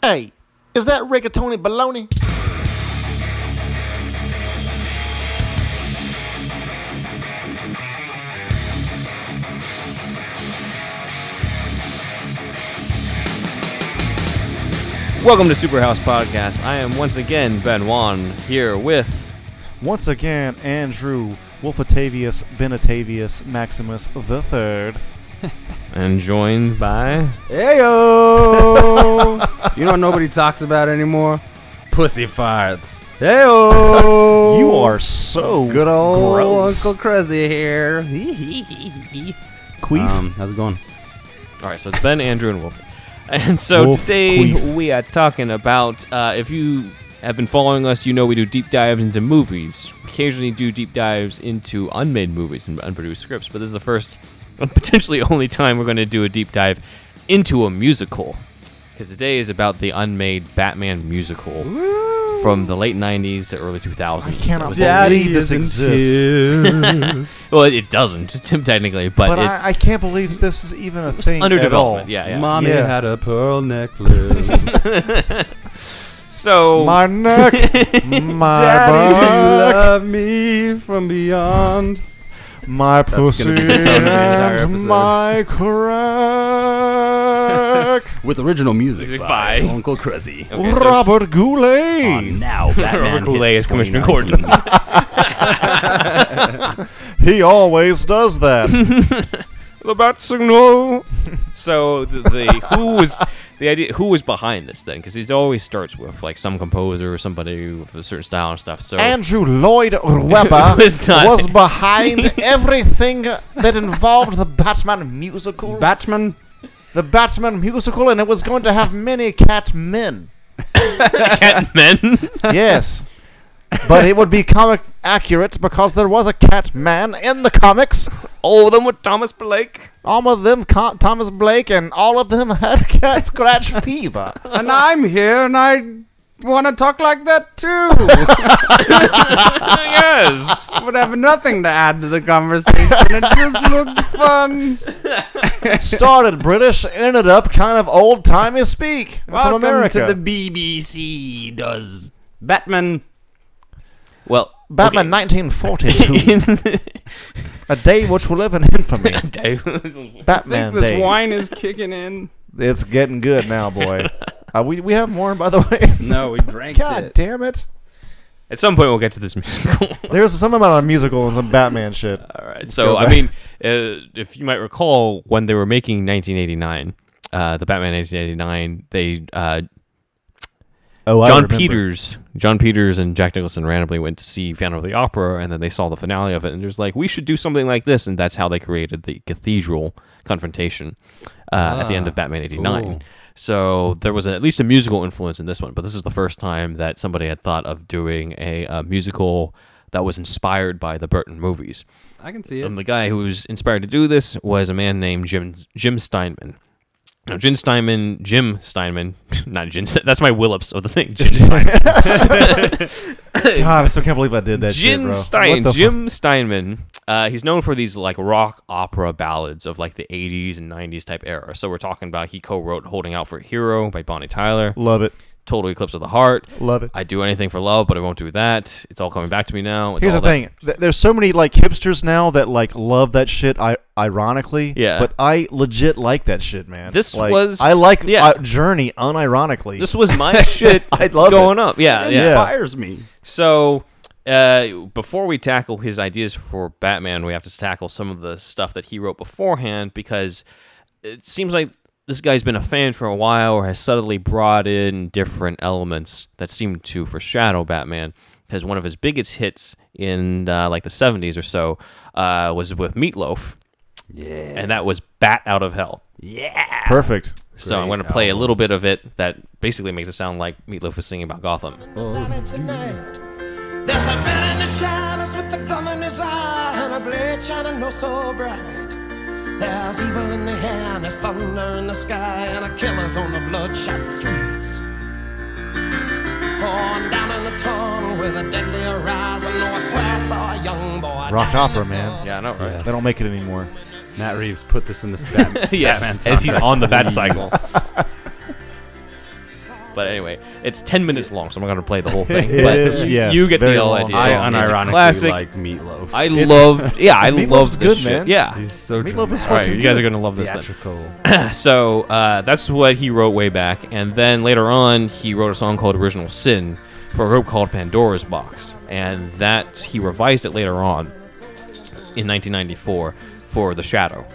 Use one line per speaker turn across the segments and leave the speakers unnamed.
Hey, is that rigatoni baloney?
Welcome to Superhouse Podcast. I am once again Ben Wan here with
Once again, Andrew Wolfatavius Benatavius Maximus the Third.
and joined by
Heyo! you know what nobody talks about anymore? Pussy farts. Heyo!
You are so
Oh, good old
gross.
Uncle Crazy here.
Queef.
Um, how's it going?
All right, so it's Ben, Andrew, and Wolf. And so
Wolf,
today
queef.
we are talking about uh, if you have been following us, you know we do deep dives into movies. We occasionally do deep dives into unmade movies and unproduced scripts, but this is the first and potentially only time we're going to do a deep dive into a musical. Because today is about the unmade Batman musical from the late 90s to early 2000s.
I cannot
That was-
Daddy this exists.
Well, it doesn't technically, but,
but
it,
I, I can't believe this is even a thing
under
at all.
development. Yeah, yeah.
Mommy
Yeah.
had a pearl necklace.
so
My neck, my
Daddy, do you
back,
love me from beyond?
my
gonna be
pussy,
the tone of the entire
and
episode.
my crack.
With original music,
Music by by-
Uncle Crazy. Hmm.
Okay, so-
Robert Goulet.
now,
Robert Goulet is Commissioner Gordon.
He always does that.
the bat signal. so the, the who was the idea who was behind this then? Because it always starts with like some composer or somebody with a certain style and stuff. So
Andrew Lloyd Webber
Was not-
was behind everything that involved the Batman musical.
Batman.
the Batman musical, and it was going to have many cat men.
cat men.
Yes. But it would be comic accurate because there was a cat man in the comics.
All of them with Thomas Blake.
All of them, co- Thomas Blake, and all of them had cat scratch fever.
and I'm here, and I want to talk like that too.
yes.
would have nothing to add to the conversation. It just looked fun.
Started British, ended up kind of old timey speak
Welcome
from America.
to the BBC does Batman.
Well,
Batman 1942. a day which will live in infamy.
okay.
I think
Batman
this
Day.
wine is kicking in.
It's getting good now, boy. uh, we we have more, by the way.
No, we drank
God damn it!
at some point we'll get to this musical.
There's some amount of musical and some Batman shit.
All right. So
go
I
back.
mean, uh, if you might recall, when they were making 1989, uh, the Batman 1989, they uh,
Oh,
John Peters, John Peters, and Jack Nicholson randomly went to see Phantom of the Opera, and then they saw the finale of it, and there's like, we should do something like this, and that's how they created the cathedral confrontation uh, at the end of Batman '89.
Ooh.
So there was at least a musical influence in this one, but this is the first time that somebody had thought of doing a, uh musical that was inspired by the Burton movies.
I can see
And
it.
the guy who was inspired to do this was a man named Jim Jim Steinman. Now, Jim Steinman, Jim Steinman, not Jim. Ste- That's my Willips of the thing. Jim Steinman.
God, I still can't believe I did that shit,
Jim
bro.
Stein.
What the fu-
Jim Steinman. Uh, he's known for these like rock opera ballads of like the 80s and 90s type era. So we're talking about he co-wrote "Holding Out for a Hero" by Bonnie Tyler,
Love it.
"Total Eclipse of the Heart."
Love it.
I do anything for love, but I won't do that. It's all coming back to me now. It's
Here's
all
the
that-
thing. Th- There's so many like hipsters now that like love that shit. I ironically,
Yeah.
But I legit like that shit, man.
This
Like,
was-
I like
yeah.
uh, Journey unironically.
This was my shit
I love
going up. Yeah,
It
yeah.
inspires me.
So, uh, before we tackle his ideas for Batman, we have to tackle some of the stuff that he wrote beforehand because it seems like this guy's been a fan for a while or has subtly brought in different elements that seem to foreshadow Batman. Because one of his biggest hits in uh, like the 70s or so uh, was with Meatloaf. Yeah. And that was Bat Out of Hell.
Perfect.
So I'm going to play a little bit of it that basically makes it sound like Meatloaf was singing about Gotham.
planet tonight. There's a man in the shadows with a gun in his eye and a blade shining no so bright. There's evil in the air and there's thunder in the sky and a killer's on the bloodshot streets. On down in the tunnel with a deadly horizon, oh, I swear I saw a young boy. down
Rock
in
opera,
the
man.
Yeah, I know, right?
They don't make it anymore.
Matt Reeves put this in this Batman.
yes, as he's on the bat cycle. But anyway, it's 10 minutes long, so I'm not going to play the whole thing.
It
but
is, yes,
you get
very
the whole
long.
idea.
I
It's- it's a
unironically
classic.
like meatloaf.
I love, yeah, I
Meatloaf's
love this
good,
shit.
man.
Yeah,
He's so
Meatloaf is
all right,
fucking
you guys
good.
are gonna love this. Then.
theatrical.
So uh, that's what he wrote way back, and then later on he wrote a song called "Original Sin" for a group called Pandora's Box, and that he revised it later on in 1994 for "The Shadow."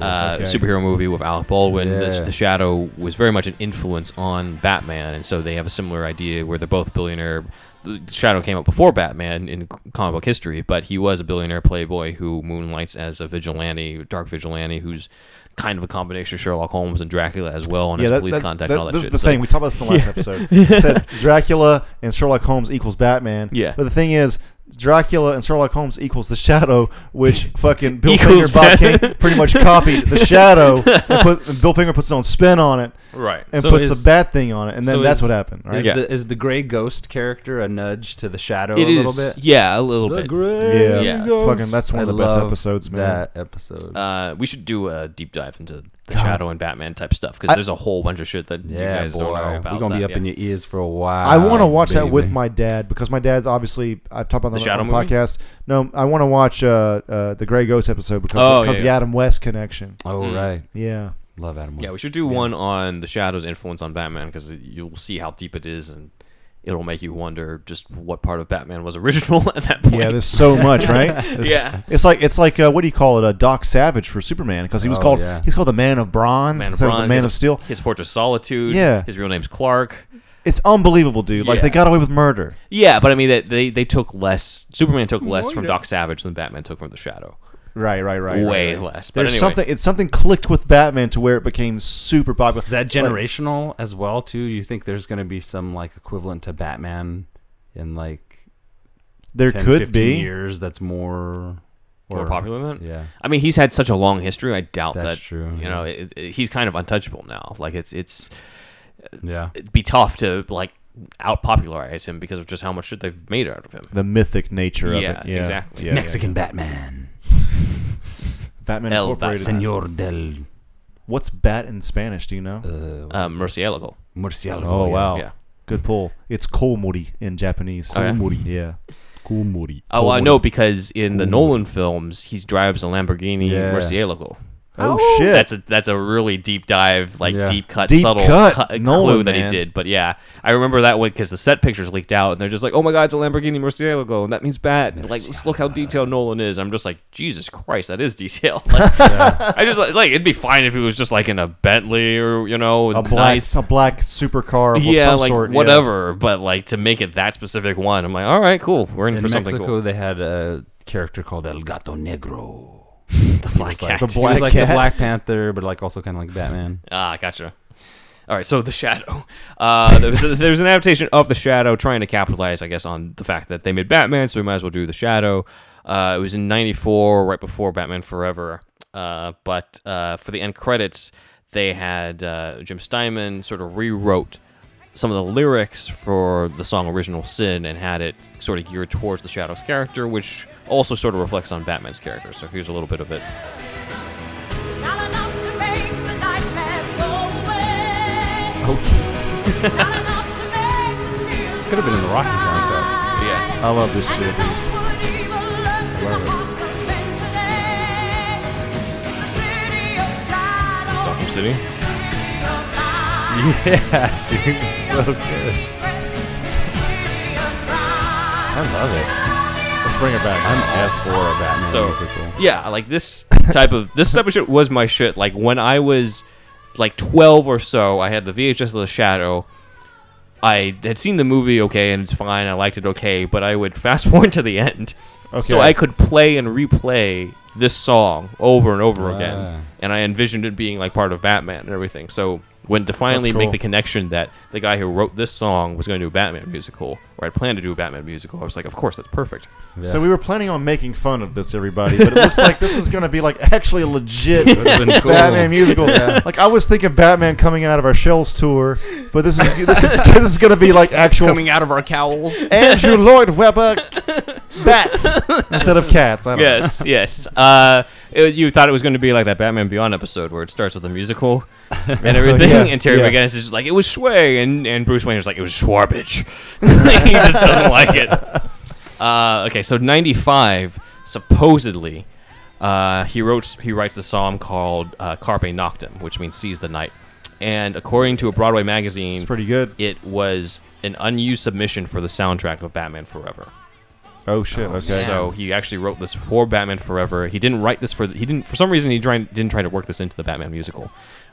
Uh,
okay.
Superhero movie with Alec Baldwin. The,
Yeah.
the Shadow was very much an influence on Batman, and so they have a similar idea where they're both billionaire. The Shadow came up before Batman in comic book history, but he was a billionaire playboy who moonlights as a vigilante, dark vigilante, who's kind of a combination of Sherlock Holmes and Dracula as well, and his
that-
police
that's-
contact
that-
and all that
This
shit.
is the
So-
thing. We talked about this in the last episode. It said Dracula and Sherlock Holmes equals Batman.
Yeah.
But the thing is, Dracula and Sherlock Holmes equals the Shadow, which fucking Bill
Equals
Finger, Bob
Batman.
King pretty much copied the Shadow. And put, and Bill Finger puts his own spin on it
right?
and
So
puts
is-
a bat thing on it, and then
so
that's
is-
what happened. Right?
Is,
Yeah.
the, is the gray ghost character a nudge to the shadow
It
a
is,
little bit?
yeah, a little bit.
gray
Yeah.
Yeah.
Fucking, that's one of
I
the best
love
episodes, man.
That episode.
Uh, we should do a deep dive into the Shadow and Batman type stuff because
I-
there's a whole bunch of shit that you
yeah,
guys
boy.
don't know about.
We're gonna be
that,
up
yeah.
in your ears for a while.
I want to watch that with
baby.
my dad because my dad's obviously I've talked about
Ah, The
that
Shadow
on the
movie?
podcast. No, I want to watch uh, uh, the Grey Ghost episode because
Oh,
because
yeah,
the
yeah.
Adam West connection.
Oh
Mm.
right,
Yeah,
love Adam.
Yeah, we
West.
should do one on the Shadow's influence on Batman because you'll see how deep it is, and it'll make you wonder just what part of Batman was original at that point.
yeah. There's so much, right? There's-
Yeah.
It's like it's like uh, what do you call it? A Doc Savage for Superman because he was
Oh,
called
yeah.
he's called the Man of Bronze
Man of
instead of the
Bronze,
Man
his-
of Steel.
his Fortress Solitude.
Yeah.
his real name's Clark.
It's unbelievable, dude. Like
Yeah.
they got away with murder.
Yeah, but I mean that they, they took less. Superman took less from Doc Savage than Batman took from the Shadow.
Right, right, right. right,
Way
right.
less. But
There's
anyway.
something. It's something clicked with Batman to where it became super popular.
Is that generational as well too? You think there's gonna be some like equivalent to Batman in like
There
10,
could
15
be.
years that's more
More
or-
popular than that?
Yeah,
I mean, he's had such a long history. I doubt
That's
that.
true,
You
yeah.
know, it, it- he's kind of untouchable now. Like it's it's
yeah.
it'd be tough to like out popularize him because of just how much shit they've made out of him.
The mythic nature of
Yeah,
it. Yeah,
exactly.
Yeah, yeah.
Mexican Batman,
Batman
El
Incorporated.
Bat-
Senor del
What's bat in Spanish? Do you know?
uh,
Um, Murcielago.
Murcielago.
oh
yeah.
wow,
yeah.
good pull. It's komori in Japanese.
Oh, yeah?
yeah.
Oh, I know because in the Nolan films, he drives a Lamborghini
Yeah.
Murcielago.
Oh, shit.
That's a that's a really deep dive, like
Yeah.
deep cut,
Deep
subtle
cut,
cu- clue
Nolan,
that he
man.
did. But yeah, I remember that one because the set pictures leaked out, and they're just like, "Oh my God, it's a Lamborghini Murcielago," and that means bad. Like, let's look how detailed Nolan is. I'm just like, Jesus Christ, that is detail. Like, I just like, like it'd be fine if it was just like in a Bentley or you know
a black,
nice.
a black supercar of
Yeah,
some
like
sort. yeah.
whatever, but like to make it that specific one, I'm like, all right, cool. We're in,
In
for something
Mexico,
cool.
they had a character called El Gato Negro.
Black cat.
like
The
He
black
was like
cat.
the Black Panther, but like also kind of like Batman.
Ah, gotcha. All right, so the shadow. Uh, there was- there's an adaptation of the shadow, trying to capitalize, I guess, on the fact that they made Batman, so we might as well do the shadow. Uh, it was in '94, right before Batman Forever. Uh, but uh, for the end credits, they had uh, Jim Steinman sort of rewrote some of the lyrics for the song "Original Sin" and had it sort of geared towards the Shadow's character, which also sort of reflects on Batman's character. So here's a little bit of it.
It's not enough to make the nightmares go away. It's not enough to make the tears
This could have been in the Rocky soundtrack.
Yeah.
Oh,
I love this
And
shit.
it
Dude.
knows what evil lurks in the hearts of men today. It's a city of shadows.
Gotham City?
It's a city of
Yeah,
lies.
dude,
It's a
so
city
good.
of
I love it.
Let's bring it back.
I'm all for a Batman
So-
musical.
yeah, like this type of this type of shit was my shit. Like when I was like twelve or so, I had the VHS of The Shadow. I had seen the movie okay, and it's fine. I liked it okay, but I would fast forward to the end, so
Okay.
I could play and replay this song over and over
Ah.
again. And I envisioned it being like part of Batman and everything. So when to finally
That's
make
cool.
the connection that the guy who wrote this song was going to do a Batman musical, or had planned to do a Batman musical, I was like, of course, that's perfect.
So we were planning on making fun of this, everybody, but it looks like this is going to be like actually a legit
Would've been cool.
Batman musical. Like I was thinking Batman coming out of our shells tour, but this is this is this is going to be like actual
out of our cowls.
Andrew Lloyd Webber bats instead of cats. I don't know.
yes, yes. Uh, Uh, it- you thought it was going to be like that Batman Beyond episode where it starts with a musical and everything,
Yeah,
and Terry
yeah.
McGinnis is just like, it was sway, and, and Bruce Wayne is like, it was swarbage. he just doesn't like it. Uh, okay, so 95, supposedly, uh, he, wrote, he writes the song called uh, Carpe Noctem, which means Seize the Night. And according to a Broadway magazine,
It's pretty good.
it was an unused submission for the soundtrack of Batman Forever.
Oh shit. Okay.
So he actually wrote this for Batman Forever. He didn't write this for he didn't for some reason he tried, didn't try to work this into the Batman musical,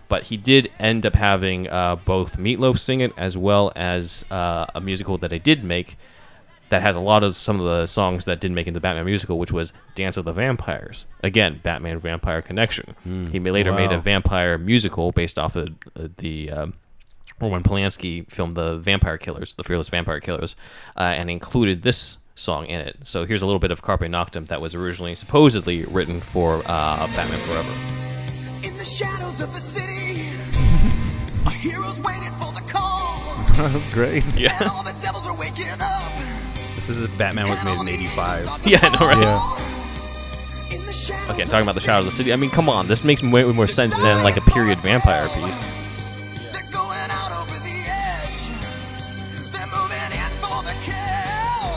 but he did end up having uh, both Meatloaf sing it as well as uh, a musical that I did make that has a lot of some of the songs that didn't make into the Batman musical, which was Dance of the Vampires. Again, Batman Vampire connection. he ma- later made a vampire musical based off of uh, the. Um, or when Polanski filmed the Vampire Killers, the Fearless Vampire Killers, uh, and included this song in it. So here's a little bit of Carpe Noctem that was originally supposedly written for uh, Batman Forever.
In the shadows of the city, a hero's waiting for the call.
That's great.
And all the devils are waking up.
This is if Batman was made in '85.
Yeah, I know, right?
Yeah.
In the shadows
Okay, talking about the Shadows of the City. I mean, come on, this makes way more sense than like a period vampire piece.
They're going out over the edge. They're moving in for the kill.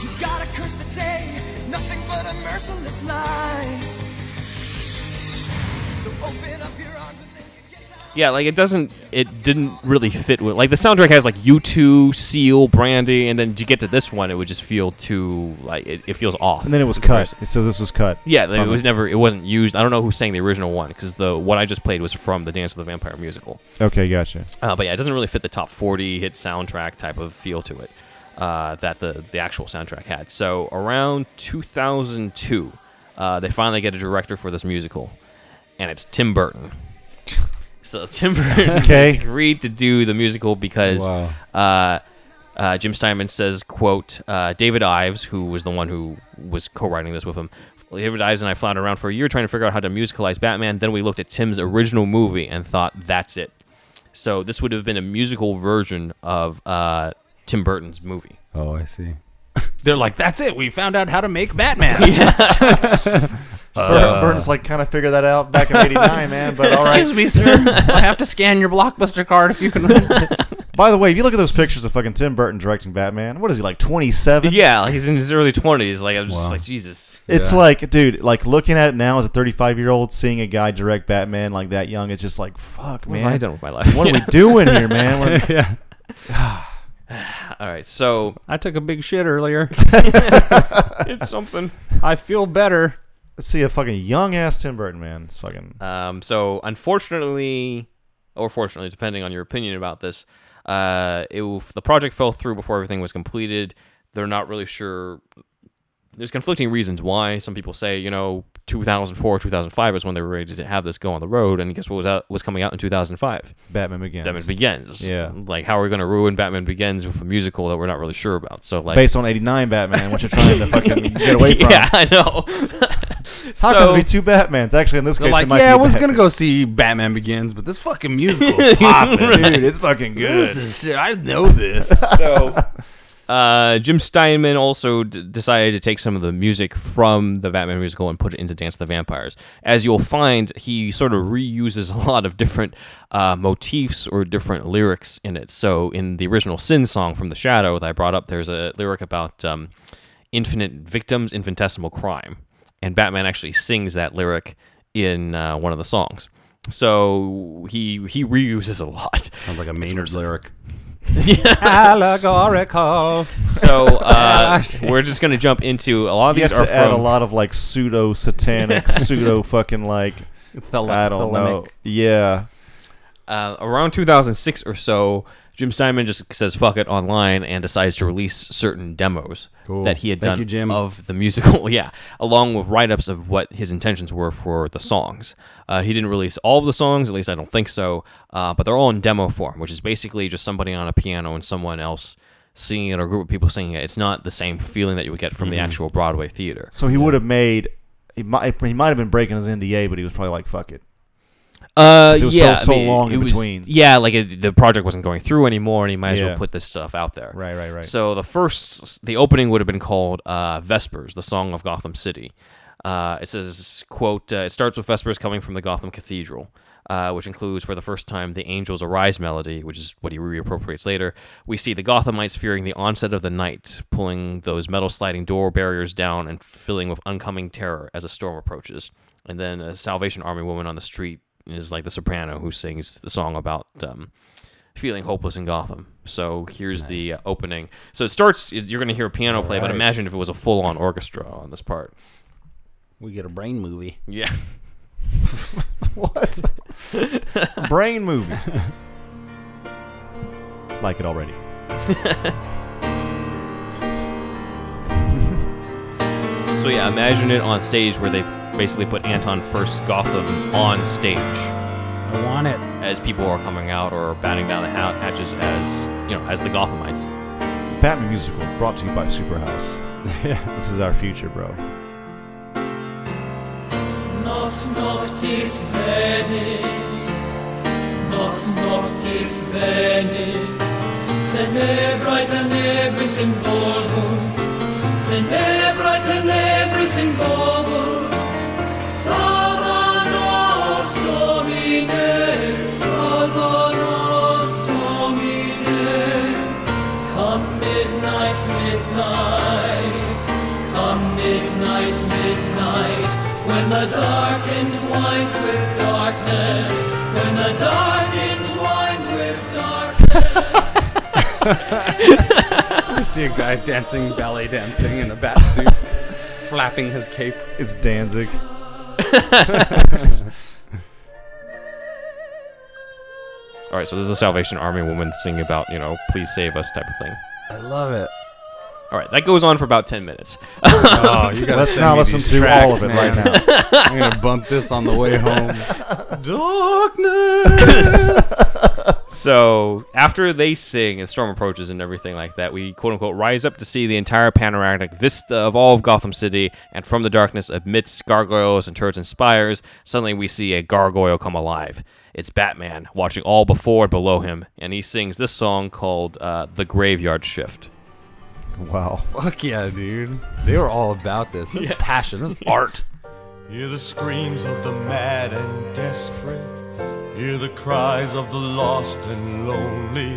You gotta curse the day. It's nothing but a merciless night. So open up your arms and then you get out.
Yeah, like it doesn't, it didn't really fit with like the soundtrack has like U2, Seal, Brandy, and then you get to this one, it would just feel too like it, it feels off.
And then it was
in comparison.
cut. So this was cut.
Yeah, like, it
from
was never. It wasn't used. I don't know who sang the original one because the what I just played was from the Dance of the Vampire musical.
Okay, gotcha.
Uh, but yeah, it doesn't really fit the top forty hit soundtrack type of feel to it uh, that the the actual soundtrack had. So around 2002, uh, they finally get a director for this musical, and it's Tim Burton. So Tim Burton
Okay.
agreed to do the musical because
Wow.
uh, uh, Jim Steinman says, quote, uh, David Ives, who was the one who was co-writing this with him, David Ives and I floundered around for a year trying to figure out how to musicalize Batman. Then we looked at Tim's original movie and thought, that's it. So this would have been a musical version of uh, Tim Burton's movie.
Oh, I see. They're like, that's it. We found out how to make Batman.
Burn- Burns like kind of figured that out back in '89, man. But all right.
Excuse me, sir. I have to scan your blockbuster card if you can. Read this.
By the way, if you look at those pictures of fucking Tim Burton directing Batman, what is he like 27?
Yeah, like he's in his early 20s. Like I'm just
Wow.
like, Jesus.
It's
Yeah.
like, dude, like looking at it now as a 35 year old, seeing a guy direct Batman like that young, it's just like, fuck,
What
man.
have I done with my life?
What are we doing here, man? Like,
yeah.
All right, so
I took a big shit earlier.
it's something.
I feel better.
let's see a fucking young ass Tim Burton, man. It's fucking.
Um, so unfortunately, or fortunately, depending on your opinion about this, uh, it, w- the project fell through before everything was completed. They're not really sure. There's conflicting reasons why. Some people say, you know, 2004, 2005 is when they were ready to have this go on the road, and guess what was out was coming out in 2005?
Batman Begins.
Batman Begins.
Yeah.
Like, how are we going to ruin Batman Begins with a musical that we're not really sure about? So, like,
Based on 89 Batman, which you're trying to fucking get away from.
yeah, I know. so,
How can there be two Batmans? Actually, in this
They're
case,
like,
it might
yeah, I
be
was
Batman." Ah,
gonna go see Batman Begins, but this fucking musical is popping.
Dude, it's fucking
This
good.
is shit. I know this.
so uh, Jim Steinman also d- decided to take some of the music from the Batman musical and put it into Dance of the Vampires. As you'll find, he sort of reuses a lot of different uh, motifs or different lyrics in it. So in the original Sin song from The Shadow that I brought up, there's a lyric about um, infinite victims, infinitesimal crime. And Batman actually sings that lyric in uh, one of the songs. So he he reuses a lot.
Sounds like a Maynard lyric.
Yeah.
Allegorical.
So uh, we're just gonna jump into a lot of
You
these
have
are
to add
from
a lot of like pseudo satanic, pseudo fucking like I don't know. Yeah,
Uh, around 2006 or so. Jim Steinman just says "fuck it" online and decides to release certain demos
Cool.
that he had
Thank
done
you, Jim.
of the musical. yeah, along with write-ups of what his intentions were for the songs. Uh, he didn't release all of the songs, at least I don't think so. Uh, but they're all in demo form, which is basically just somebody on a piano and someone else singing it or a group of people singing it. It's not the same feeling that you would get from the
Mm-hmm.
actual Broadway theater.
So he would have made. He might, he might have been breaking his NDA, but he was probably like, "Fuck it."
Uh,
'Cause it was so-
yeah,
so
I mean,
long
it
in
was-
between.
Yeah, like it, the project wasn't going through anymore, and he might as
Yeah.
well put this stuff out there.
Right, right, right.
So the first, the opening would have been called uh, "Vespers," the song of Gotham City. Uh, it says, "quote uh, It starts with vespers coming from the Gotham Cathedral, uh, which includes for the first time the Angels Arise melody, which is what he reappropriates later. We see the Gothamites fearing the onset of the night, pulling those metal sliding door barriers down and filling with oncoming terror as a storm approaches. And then a Salvation Army woman on the street is like the soprano who sings the song about." Um, feeling hopeless in Gotham. So here's the uh, opening. So it starts. You're going to hear a piano play, but
right.
imagine if it was a full-on orchestra on this part.
We get a brain movie.
Yeah,
What? Brain movie. like it already.
So yeah, imagine it on stage where they've basically put Anton First Gotham on stage
I want it.
as people are coming out or batting down the ha- hatches as you know as the Gothamites.
Batman musical brought to you by Superhouse. this is our future, bro.
Nos noctis venit, nos noctis venit, tenebrae tenebris involunt, tenebrae tenebris involunt, salva nos Domine, salva nos Domine. Come midnight, midnight, come midnight, midnight, when the dark entwines with darkness, when the dark entwines with darkness.
I see a guy dancing, belly dancing in a bat suit, flapping his cape.
It's Danzig.
All right, so this is a Salvation Army woman singing about you know please save us type of thing.
I love it.
All right, that goes on for about ten minutes.
Oh, you gotta
Let's
send
now
me
listen
these
to
tracks,
all of it
man.
right now.
I'm gonna bump this on the way home. Darkness.
So after they sing and storm approaches and everything like that, we quote unquote rise up to see the entire panoramic vista of all of Gotham City, and from the darkness amidst gargoyles and turrets and spires, suddenly we see a gargoyle come alive. It's Batman watching all before and below him, and he sings this song called uh, "The Graveyard Shift."
Wow.
Fuck yeah, dude. They were all about this. This is passion. This is art.
Hear the screams of the mad and desperate. Hear the cries of the lost and lonely.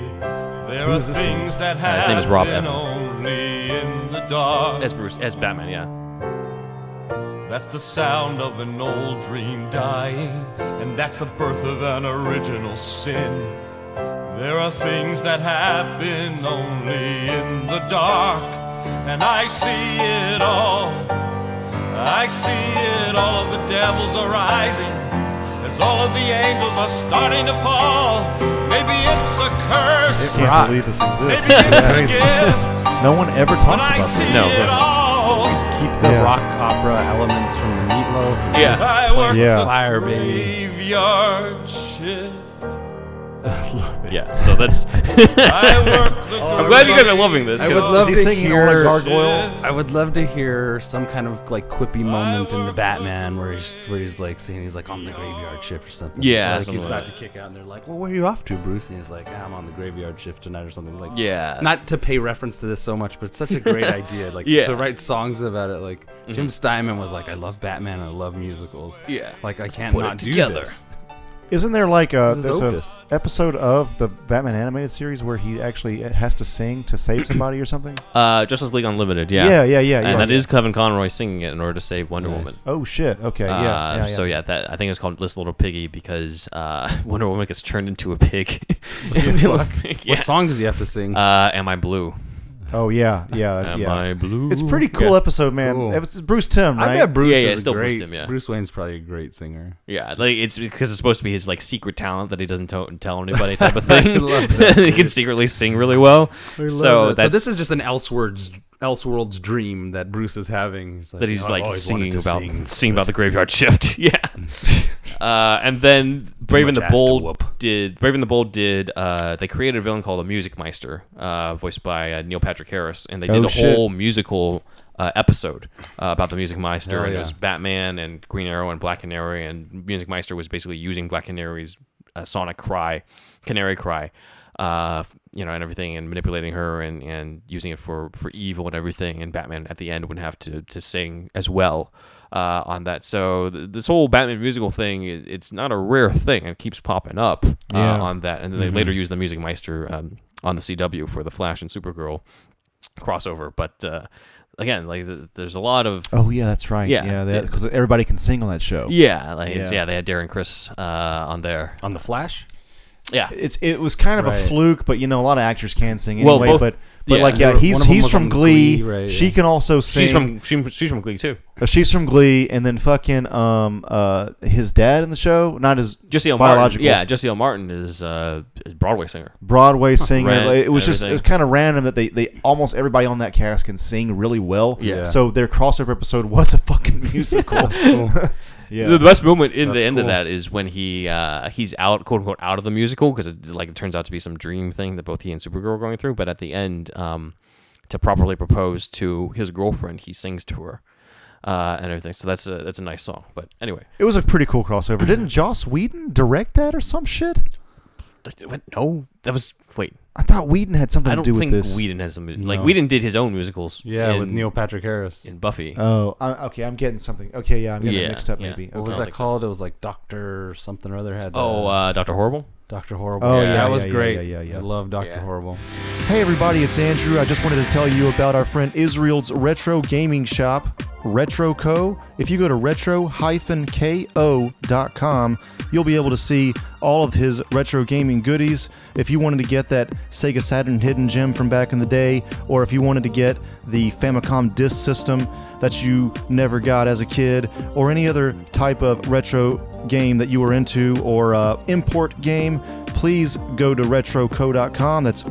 There are
this?
things that
Uh,
happen
his name is Rob Evan.
only in the dark.
As Bruce, as Batman, yeah.
That's the sound of an old dream dying, and that's the birth of an original sin. There are things that happen only in the dark, and I see it all. I see it, all of the devils are rising, as all of the angels are starting to fall. Maybe it's a curse,
Can't
Rocks.
believe this
maybe
exists.
it's a gift,
No one ever
but
talks
I
about
see
this.
No.
it all.
Keep the
Yeah.
rock opera elements from the meatloaf. and
Yeah.
I work
Yeah.
the
Fire, baby.
graveyard shift.
Yeah. So that's.
I work the
I'm glad you guys are loving this.
I
'cause-
would love
Is he
to
singing
hear.
all like gargoyle?
I would love to hear some kind of like quippy moment in the Batman where he's where he's like saying he's like on the graveyard shift or something.
Yeah,
like
something
he's
like
about to kick out and they're like, "Well, where are you off to, Bruce?" And he's like, "Ah, "I'm on the graveyard shift tonight" or something like.
yeah.
Not to pay reference to this so much, but it's such a great idea. Like
Yeah. Mm-hmm.
to write songs about it. Like Jim Steinman was like, "I love Batman. I love musicals.
Yeah.
Like I can't
Put it
not do
together.
this."
Isn't there like a
This is
there's a
Opus.
episode of the Batman animated series where he actually has to sing to save somebody or something?
Uh, Justice League Unlimited. Yeah.
Yeah, yeah, yeah, yeah.
And that is Kevin Conroy singing it in order to save Wonder Woman.
Oh shit. Okay. Yeah.
Uh,
yeah, yeah.
So yeah, that I think it's called "This Little Piggy" because uh, Wonder Woman gets turned into a pig. In the Olympic, yeah.
What song does he have to sing?
Uh, am I blue?
Oh yeah. Yeah.
Am
yeah.
I blue?
It's pretty cool
Yeah.
episode, man.
Cool.
It was Bruce Tim, right?
I bet Bruce
Yeah, yeah,
is a
still Bruce
great.
Tim, yeah.
Bruce Wayne's probably a great singer.
Yeah, like it's because it's supposed to be his like secret talent that he doesn't to- tell anybody type of thing.
love that,
he can secretly sing really well. So
so
that's
this is just an Elseworlds Elseworlds dream that Bruce is having. He's like,
that he's
"I've
like
always wanted
singing
to
about
sing."
singing about the graveyard shift. yeah. Uh, and then Brave and the
much ass to
Bold
whoop.
did Brave and the Bold did uh, they created a villain called the Music Meister, uh, voiced by uh, Neil Patrick Harris, and they did
Oh,
a
shit.
whole musical uh, episode uh, about the Music Meister,
Hell
and it
yeah.
was Batman and Green Arrow and Black Canary, and Music Meister was basically using Black Canary's uh, sonic cry, canary cry. uh, you know, and everything, and manipulating her and, and using it for, for evil and everything. And Batman at the end would have to, to sing as well uh, on that. So th- this whole Batman musical thing, i it's not a rare thing. It keeps popping up uh,
Yeah.
on that. And then
Mm-hmm.
they later used the Music Meister um, on the CW for the Flash and Supergirl crossover. But uh, again, like th- there's a lot of
Oh yeah, that's right.
Yeah.
Yeah, because everybody can sing on that show.
yeah, like it's-
Yeah.
yeah. They had Darren Chris uh, on there.
On the Flash?
Yeah,
It's it was kind of
Right.
a fluke, but you know a lot of actors can sing
Well,
anyway.
both-
but but
yeah.
like yeah,
One
he's
of them
he's
was
from
on
Glee.
Glee, right,
she
yeah.
can also sing.
she's from she, she's from Glee too.
uh, she's from Glee, and then fucking um uh his dad in the show, not his
Jesse L. Martin.
biological.
Yeah, Jesse L. Martin is uh, a Broadway singer.
Broadway singer.
Rent,
Like, it was just it was
everything.
kind of random that they, they almost everybody on that cast can sing really well.
Yeah.
So their crossover episode was a fucking musical.
The,
yeah.
the best moment in
That's
the end of
cool.
that is when he uh, he's out, quote unquote, out of the musical because it like it turns out to be some dream thing that both he and Supergirl are going through. But at the end, um, to properly propose to his girlfriend, he sings to her uh, and everything. So that's a that's a nice song. But anyway,
It was a pretty cool crossover. Didn't Joss Whedon direct that or some shit?
no, that was wait.
I thought Whedon had something
I
to
don't
do with
think
this.
Whedon has some like
No.
Whedon did his own musicals.
Yeah,
in,
with Neil Patrick Harris.
in Buffy.
Oh, I, okay. I'm getting something. Okay, yeah, I'm getting
Yeah,
mixed up.
yeah.
Maybe.
What
What
Okay.
was
I don't
that
think so.
called? It was like Doctor something or other had
oh, uh, Doctor Horrible.
Doctor Horrible.
Oh,
yeah,
yeah,
that was
yeah, yeah,
great.
yeah, yeah, yeah.
I love Doctor
Yeah.
Horrible.
Hey everybody, it's Andrew. I just wanted to tell you about our friend Israel's retro gaming shop, Retro Co. If you go to retro-ko.com, you'll be able to see all of his retro gaming goodies. If you wanted to get that Sega Saturn hidden gem from back in the day, or if you wanted to get the Famicom disk system that you never got as a kid, or any other type of retro game that you were into or uh, import game, please go to retroco.com. That's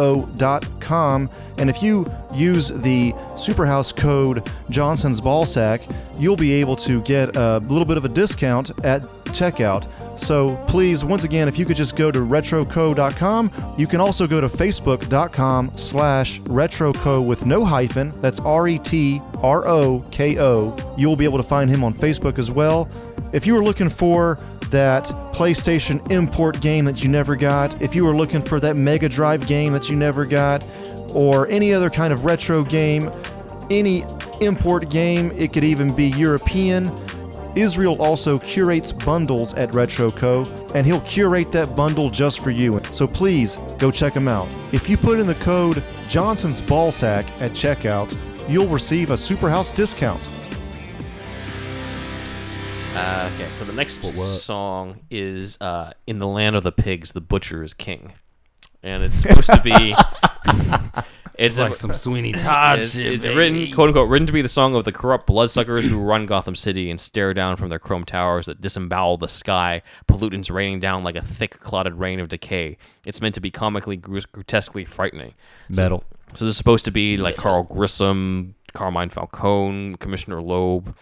retro-ko.com. And if you use the Superhouse code Johnson's Ballsack, you'll be able to get a little bit of a discount at checkout. So please, once again, if you could just go to retroco.com, you can also go to facebook.com slash retroco with no hyphen. That's E R-E-T-R-O-K-O. You'll be able to find him on Facebook as well. If you were looking for that PlayStation import game that you never got, if you were looking for that Mega Drive game that you never got, or any other kind of retro game, any import game, it could even be European. Israel also curates bundles at RetroCo, and he'll curate that bundle just for you. So please go check him out. If you put in the code Johnson's Ballsack at checkout, you'll receive a Superhouse discount.
Uh, okay, so the next song is uh, "In the Land of the Pigs, the Butcher is King," and it's supposed to be. It's like
Some Sweeney Todd
It's,
shit.
it's
baby.
written, quote unquote, written to be the song of the corrupt bloodsuckers who run Gotham City and stare down from their chrome towers that disembowel the sky, pollutants raining down like a thick, clotted rain of decay. It's meant to be comically, gru- grotesquely frightening.
Metal.
So this is supposed to be like Carl Grissom, Carmine Falcone, Commissioner Loeb,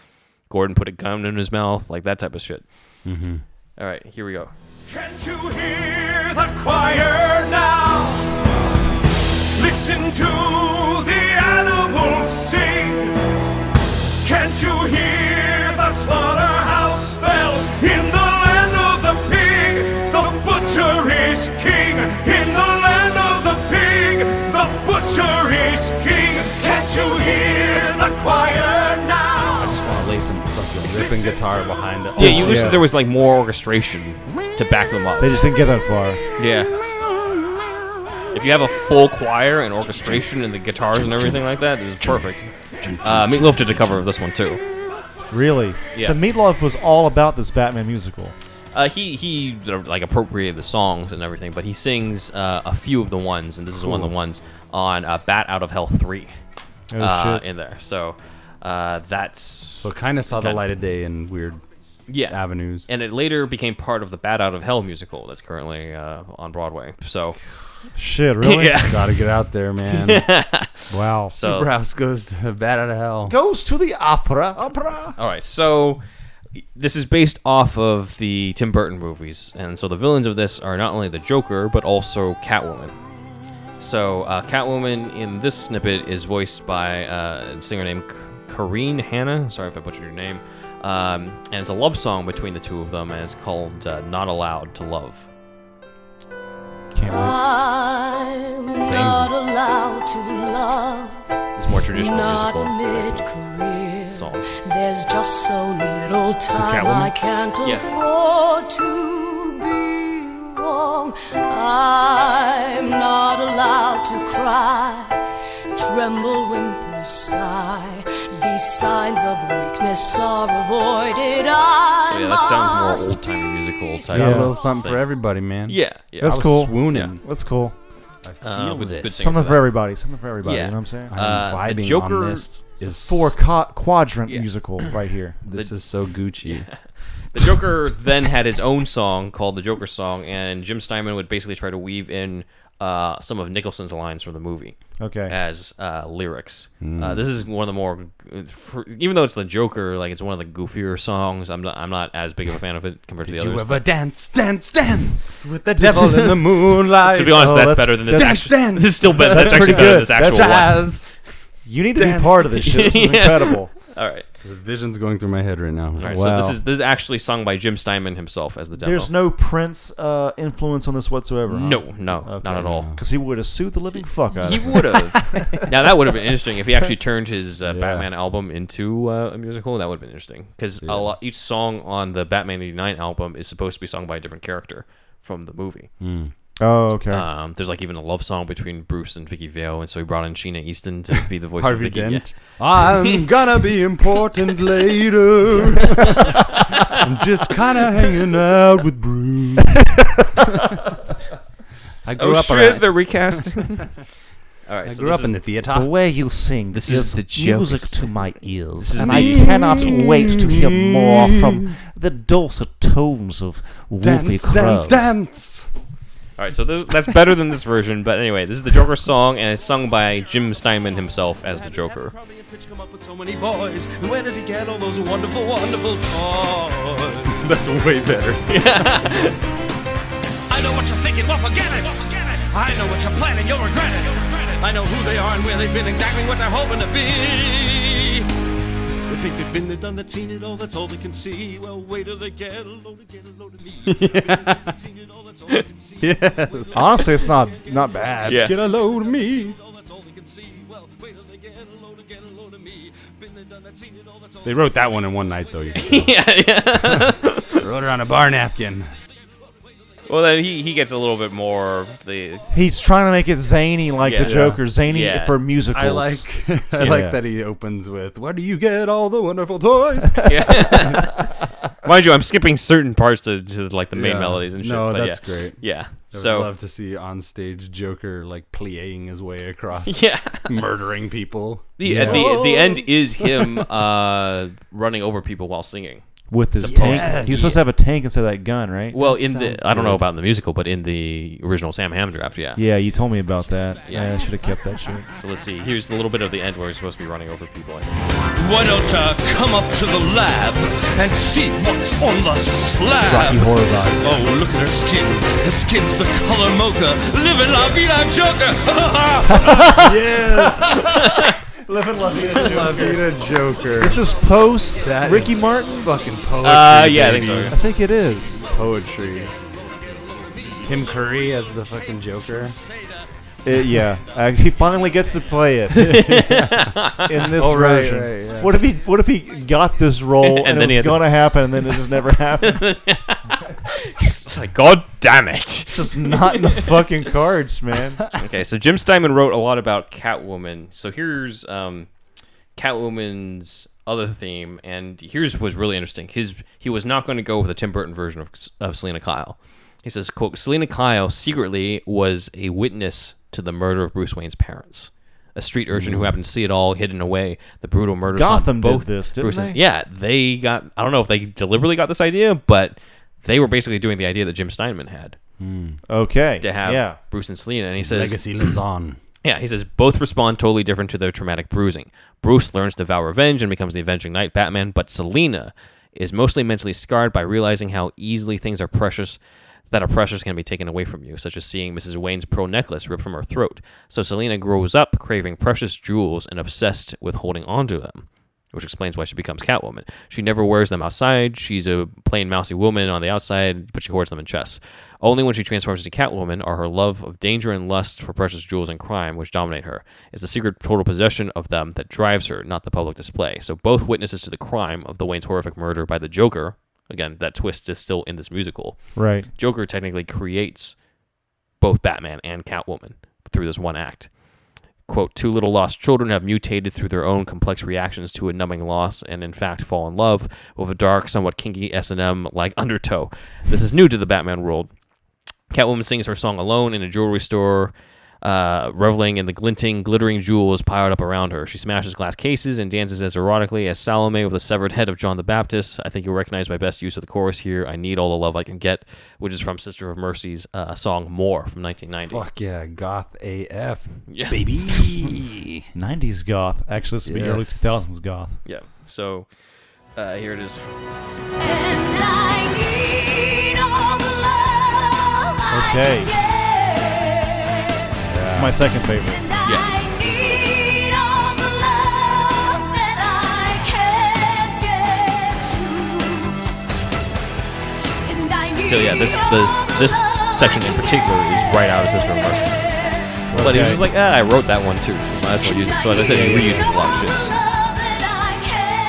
Gordon put a gun in his mouth, like that type of shit. Mm-hmm. All right, here we go.
Can't you hear the choir now? Listen to the animals sing. Can't you hear the slaughterhouse bells in the land of the pig? The butcher is king. In the land of the pig, the butcher is king. Can't you hear the choir now?
Just want to lay some fucking ripping guitar behind it.
Yeah, you wish
yeah.
that there was like more orchestration to back them up.
They just didn't get that far.
Yeah. If you have a full choir and orchestration and the guitars and everything like that, this is perfect. Uh, Meatloaf did a cover of this one too.
Really?
Yeah.
So Meatloaf was all about this Batman musical.
Uh, he he sort of, like appropriated the songs and everything, but he sings uh, a few of the ones, and this is one of the ones on uh, "Bat Out of Hell 3
Oh,
uh,
shit.
in there. So uh, that's
So kind of saw the
Kinda.
light of day in weird
yeah.
avenues.
And it later became part of the "Bat Out of Hell" musical that's currently uh, on Broadway. So
Shit, really?
yeah.
Gotta get out there, man.
Wow.
So-
Superhouse goes to bat out of hell.
Goes to the opera. Opera.
All right, so this is based off of the Tim Burton movies, and so the villains of this are not only the Joker but also Catwoman. So uh, Catwoman in this snippet is voiced by uh, a singer named K- Kareen Hanna. Sorry if I butchered your name. Um, and it's a love song between the two of them, and it's called uh, "Not Allowed to Love."
to love,
It's more traditional
not
musical
mid-career.
song.
There's just so little time
Catwoman?
I can't
Yeah.
afford to be wrong. I'm not allowed to cry, tremble, whimper, sigh. These signs of weakness are avoided. I
So yeah, that sounds more
must
old time musical type.
Got
Yeah.
a little something for
Thing.
everybody, man.
Yeah, yeah.
That's
I was
cool.
Swooning.
That's cool.
Uh, with good singers
Something
for
for
that.
everybody. Something for everybody.
Yeah.
You know what I'm saying?
Uh,
I'm
the
vibing
Joker-
on this. Is
Four co- quadrant
Yeah.
musical right here.
This is so Gucci.
The Joker then had his own song called the Joker song, and Jim Steinman would basically try to weave in uh, some of Nicholson's lines from the movie
Okay. Hmm.
as uh, lyrics. Uh, this is one of the more, for, even though it's the Joker, like it's one of the goofier songs. I'm not, I'm not as big of a fan of it compared to the
You
others.
ever dance, dance, dance with the devil in the moonlight?
To be honest,
Oh,
that's,
that's-
better than this.
that's-
actual- this is still better. That's,
That's
actually
pretty
better than
good.
this actual
That's-
one.
Jazz.
You need to be part of this shit. This is
Yeah.
incredible.
All right.
The vision's going through my head right now.
All right, so
Wow.
this is this is actually sung by Jim Steinman himself as the demo.
There's no Prince uh, influence on this whatsoever.
no, no, not at all.
Because he would have sued the living fuck
Uh,
out
He
of it.
would have. now that would have been interesting if he actually turned his uh, Batman album into uh, a musical. That would have been interesting because a lot each song on the Batman '89 album is supposed to be sung by a different character from the movie.
Oh, okay.
Um, there's like even a love song between Bruce and Vicky Vale, and so he brought in Sheena Easton to be the voice of
Harvey
Vicky. Yeah.
Dent. I'm gonna be important later. I'm just kind of hanging out with Bruce. I grew
Oh
up
shit!
around,
They're recasting. All right,
I
so
grew
this
up
is-
in the theater.
The way you sing
This
is,
is the
music
jokes.
to my ears,
is
and
the-
I cannot wait to hear more from the dulcet tones of Wolfie
dance, dance,
Crows.
dance.
All right, so th- that's better than this version, but anyway, this is the Joker song, and it's sung by Jim Steinman himself as the Joker.
How did Fitch come up with so many boys? And where does he get all those wonderful, wonderful toys?
That's way better.
I know what you're thinking, well forget it. I know what you're planning, you'll regret it. I know who they are and where they've been, exactly what they're hoping to be. They think they've been, they've done, they've seen it all, that's all they can see. Well, wait till they get a load, get a load of me.
Honestly, it's not not bad.
Yeah.
Get a load of me. They wrote that one in one night, though. You yeah, yeah. wrote it on a bar napkin.
Well, then he, he gets a little bit more the
He's trying to make it zany like
Yeah.
the Joker. Zany
Yeah.
for musicals.
I like, I
Yeah.
like that he opens with, "Where do you get all the wonderful toys?"
mind you, I'm skipping certain parts to, to like the main
Yeah.
melodies and shit.
No,
but
that's
yeah.
great.
Yeah.
I
So
would love to see on stage Joker like playing his way across,
yeah,
murdering people.
the at the the end is him uh, running over people while singing.
with his
Supposed-
tank. He's supposed to have a tank instead of that gun, right?
Well, in the I don't know about in the musical, but in the original Sam Hamm draft, yeah.
Yeah, you told me about that.
Yeah.
Yeah, I should have kept that shit.
So let's see. Here's a little bit of the end where he's supposed to be running over people. I think.
Why don't I come up to the lab and see what's on the slab?
Rocky Horror Vibe.
Oh, look at her skin. Her skin's the color mocha. Live in la vida joker.
Yes,
Living La
La Vida Joker.
This is post
That
Ricky
is-
Martin.
fucking poetry.
Uh, yeah, I
baby.
think so.
I think it is.
Poetry. Tim Curry as the fucking Joker.
It- yeah, Uh, he finally gets to play it in this
Oh, right,
version.
right, yeah.
What if he What if he got this role and,
then
it
he
was
had to-
gonna happen and then it just never happened?
It's like God damn it.
just not in the fucking cards, man.
Okay, so Jim Steinman wrote a lot about Catwoman. So here's um, Catwoman's other theme, and here's was really interesting. His he was not going to go with a Tim Burton version of of Selena Kyle. He says, "quote Selena Kyle secretly was a witness to the murder of Bruce Wayne's parents." A street urchin who happened to see it all hidden away. The brutal murders. on
Hmm. Gotham did
both
this, didn't
Bruce's-
they?
Yeah, they got. I don't know if they deliberately got this idea, but they were basically doing the idea that Jim Steinman had
Okay,
to have
yeah.
Bruce and Selena. And he says,
Legacy lives on.
yeah, he says both respond totally different to their traumatic bruising. Bruce learns to vow revenge and becomes the avenging knight Batman, but Selina is mostly mentally scarred by realizing how easily things are precious that are precious can be taken away from you, such as seeing Mrs. Wayne's pearl necklace ripped from her throat. So Selina grows up craving precious jewels and obsessed with holding on to them. which explains why she becomes Catwoman. She never wears them outside. She's a plain mousy woman on the outside, but she hoards them in chests. Only when she transforms into Catwoman are her love of danger and lust for precious jewels and crime which dominate her. It's the secret total possession of them that drives her, not the public display. So both witnesses to the crime of the Wayne's horrific murder by the Joker, again, that twist is still in this musical.
Right.
Joker technically creates both Batman and Catwoman through this one act. Quote, two little lost children have mutated through their own complex reactions to a numbing loss and in fact fall in love with a dark, somewhat kinky S&M like undertow. This is new to the Batman world. Catwoman sings her song alone in a jewelry store, uh, reveling in the glinting, glittering jewels piled up around her. She smashes glass cases and dances as erotically as Salome with the severed head of John the Baptist. I think you'll recognize my best use of the chorus here. I need all the love I can get, which is from Sister of Mercy's uh, song "More" from 1990.
Fuck yeah, goth AF.
Yeah.
baby. 90s goth. Actually, this would be early
Yes.
2000s goth.
Yeah. So uh, here it is.
And I need all the love I
Okay.
can get.
This is my second favorite.
And I need all the love that I can get to. And I need
So yeah, this this this section in particular is right out of Sister of Mercy. But he was
Okay.
just like, ah, I wrote that one too, so might as well use it. So as I said, he reuses a lot of shit.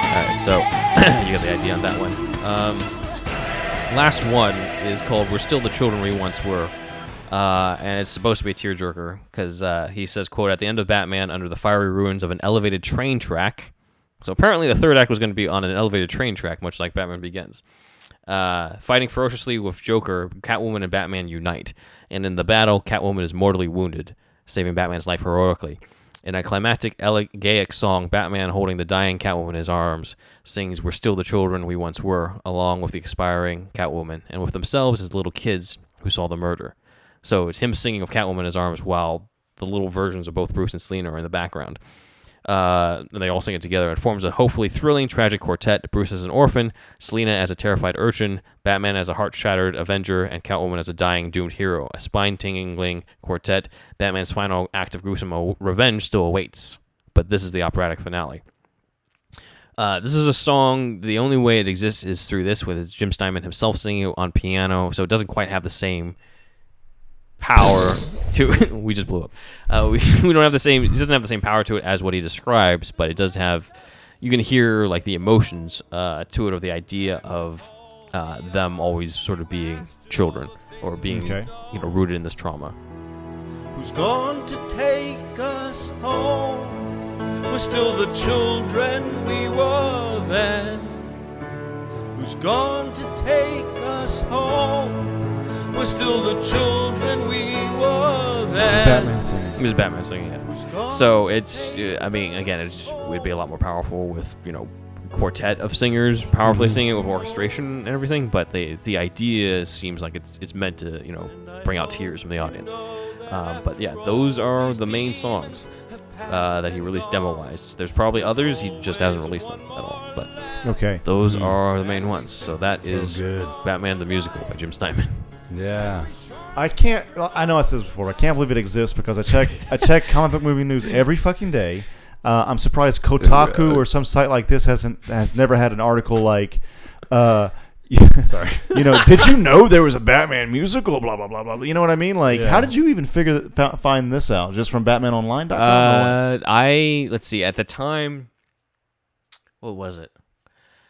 All right, so you get the idea on that one. Um, last one is called "We're Still the Children We Once Were," uh, and it's supposed to be a tearjerker because uh, he says, "quote At the end of Batman, under the fiery ruins of an elevated train track." So apparently, the third act was going to be on an elevated train track, much like Batman Begins. Uh, fighting ferociously with Joker, Catwoman and Batman unite, and in the battle, Catwoman is mortally wounded, saving Batman's life heroically. In a climactic elegiac song, Batman, holding the dying Catwoman in his arms, sings "We're still the children we once were," along with the expiring Catwoman, and with themselves as little kids who saw the murder. So it's him singing of Catwoman in his arms while the little versions of both Bruce and Selina are in the background uh, and they all sing it together. It forms a hopefully thrilling tragic quartet. Bruce as an orphan, Selina as a terrified urchin, Batman as a heart shattered Avenger, and Catwoman as a dying doomed hero. A spine tingling quartet. Batman's final act of gruesome o- revenge still awaits, but this is the operatic finale. Uh, this is a song. The only way it exists is through this, with it's Jim Steinman himself singing it on piano, so it doesn't quite have the same power to. we just blew up. Uh, we, we don't have the same. It doesn't have the same power to it as what he describes, but it does have. You can hear like the emotions uh, to it, or the idea of uh, them always sort of being children or being
Okay.
you know rooted in this trauma.
Who's going to take us home? We're still the children we were then. Who's going to take us home? We're still the children we were then.
Batman singing.
It was Batman singing it.
Who's going
So
to
it's,
take
uh, I mean, again, it's just, would be a lot more powerful with you know quartet of singers powerfully singing with orchestration and everything. But the the idea seems like it's it's meant to you know bring out tears from the audience. Um, but yeah, those are the main songs uh, that he released demo wise. There's probably others he just hasn't released them at all. But
Okay.
those are the main ones. So that is
good.
Batman the Musical by Jim Steinman.
Yeah.
I can't. well, I know I said this before. But I can't believe it exists because I check. I check comic book movie news every fucking day. Uh, I'm surprised Kotaku or some site like this hasn't has never had an article like. Uh, Sorry. You know, did you know there was a Batman musical? Blah blah blah blah. blah. You know what I mean? Like,
Yeah.
how did you even figure fi- find this out? Just from BatmanOnline.com?
Uh, I let's see. At the time, what was it?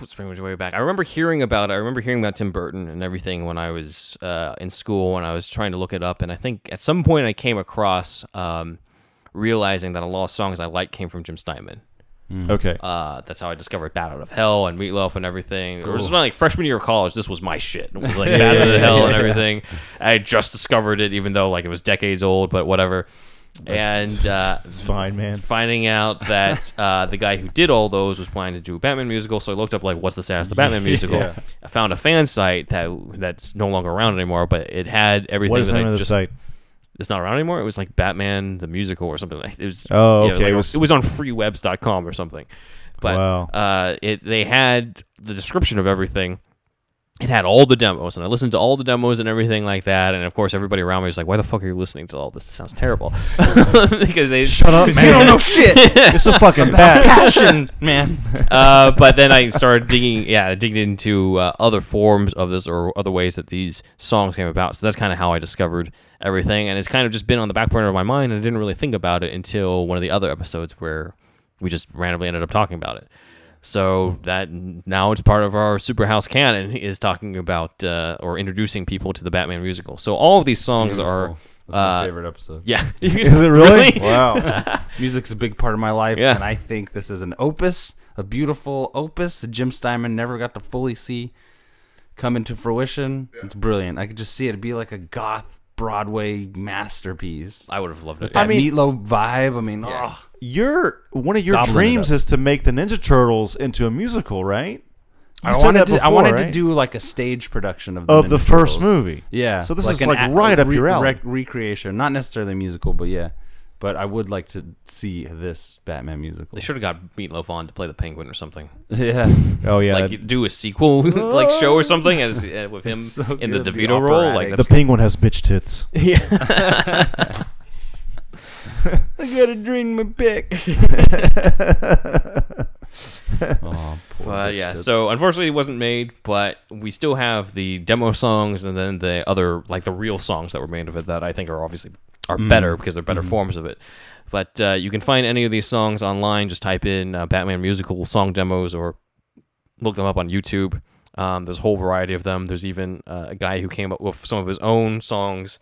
Let's bring it way back. I remember hearing about it. I remember hearing about Tim Burton and everything when I was uh, in school and I was trying to look it up. And I think at some point I came across um, realizing that a lot of songs I like came from Jim Steinman.
okay.
Uh, that's how I discovered Bat Out of Hell and Meatloaf and everything. It was when, like freshman year of college. This was my shit. It was like Bat Out of Hell and everything. I had just discovered it, even though like it was decades old, but whatever. And uh,
it's fine, man.
finding out that uh, the guy who did all those was planning to do a Batman musical. So I looked up like, what's the status of the Batman musical? I found a fan site that that's no longer around anymore, but it had everything.
What
that
is the name
I
of the
just,
site?
It's not around anymore. It was like Batman the musical or something like. It was.
Oh,
yeah,
okay,
It
it
was,
was-
like, on- it was on freewebs.com or something. But
Wow.
uh, it they had the description of everything it had all the demos and I listened to all the demos and everything like that. And of course, everybody around me was like, why the fuck are you listening to all this? This sounds terrible. because they
Shut up, man.
You don't know shit.
It's a fucking bat.
passion, man. Uh, but then I started digging, yeah, digging into uh, other forms of this or other ways that these songs came about. So that's kind of how I discovered everything, and it's kind of just been on the back burner of my mind, and I didn't really think about it until one of the other episodes where we just randomly ended up talking about it. So that now it's part of our Super House canon is talking about uh, or introducing people to the Batman musical. So all of these songs are.
That's my
uh,
favorite episode.
Yeah.
Is it really? Wow.
Music's a big part of my life,
Yeah.
and I think this is an opus, a beautiful opus that Jim Steinman never got to fully see come into fruition. It's brilliant. I could just see it be like a goth Broadway masterpiece.
I would have loved it.
That I
mean-
mean, meatloaf vibe. I mean, oh,
Your one of your
Gobbling it
dreams
up.
is to make the Ninja Turtles into a musical, right? You
I
said
wanted
that
to. I
before,
wanted to
right?
do like a stage production of the
of the
Ninja
first
Turtles.
movie.
Yeah.
So this is
an
like
a-
right up
re-
your alley.
rec- recreation, not necessarily musical, but yeah. But I would like to see this Batman musical.
They should have got Meatloaf on to play the Penguin or something.
Yeah.
Oh yeah.
like you do a sequel like show or something as uh, with him
It's so
in the
good, the
DeVito role. Like
operatic.
the
that's,
penguin has bitch tits.
yeah.
I gotta drain my pics. oh, poor
But
bitch
yeah,
tits.
so uh, unfortunately it wasn't made, but we still have the demo songs and then the other like the real songs that were made of it that I think are obviously are better because they're better forms of it. But uh, you can find any of these songs online. Just type in uh, Batman musical song demos or look them up on YouTube. Um, there's a whole variety of them. There's even uh, a guy who came up with some of his own songs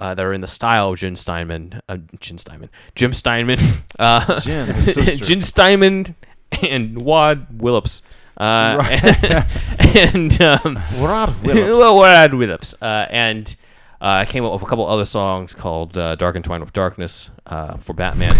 uh, that are in the style of Jim Steinman, uh, Jim Steinman, Jim Steinman, uh,
Jim, his sister.
Jim Steinman, and Wad Willips. Uh, and um,
Rod
well, Wad Willips, uh, and uh, I came up with a couple other songs called uh, "Dark Entwined with Darkness" uh, for Batman,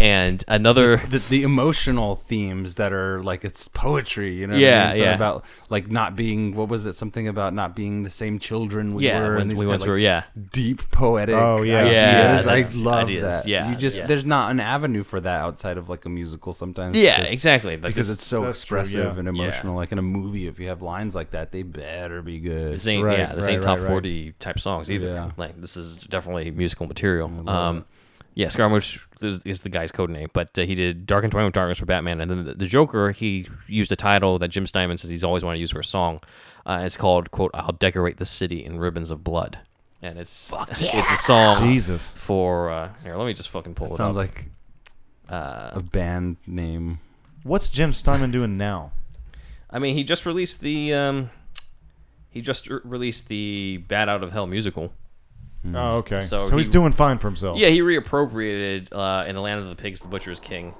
and another
the, the emotional themes that are like it's poetry, you know? what I
Yeah,
mean? So
yeah.
About like not being what was it? Something about not being the same children we
yeah,
were.
when
and these
we
kind
went
of,
through,
like,
yeah,
deep poetic.
Oh, yeah.
Yeah,
ideas.
that's-
I love
ideas,
that.
yeah,
you just
yeah.
there's not an avenue for that outside of like a musical sometimes.
yeah,
because-
exactly. Like
Because
this-
it's so
That's true,
expressive
yeah.
and emotional, like in a movie. If you have lines like that, they better be good.
This ain't
Right,
yeah, this
right,
ain't top
right, right.
forty type songs either.
Yeah.
Like this is definitely musical material. Um, yeah, Scaramouche is, is the guy's code name, but uh, he did Dark and Twilight with Darkness for Batman, and then the, the Joker he used a title that Jim Steinman says he's always wanted to use for a song. Uh, it's called quote I'll decorate the city in ribbons of blood, and it's it's a song
Jesus.
for uh, here. Let me just fucking pull it.
Sounds
up.
like a band name.
What's Jim Steinman doing now?
I mean he just released the um, he just re- released the Bad Out of Hell musical.
Mm.
Oh, okay. So,
So
he's
he-
doing fine for himself.
Yeah, he reappropriated uh, in the land of the pigs, the butcher's king.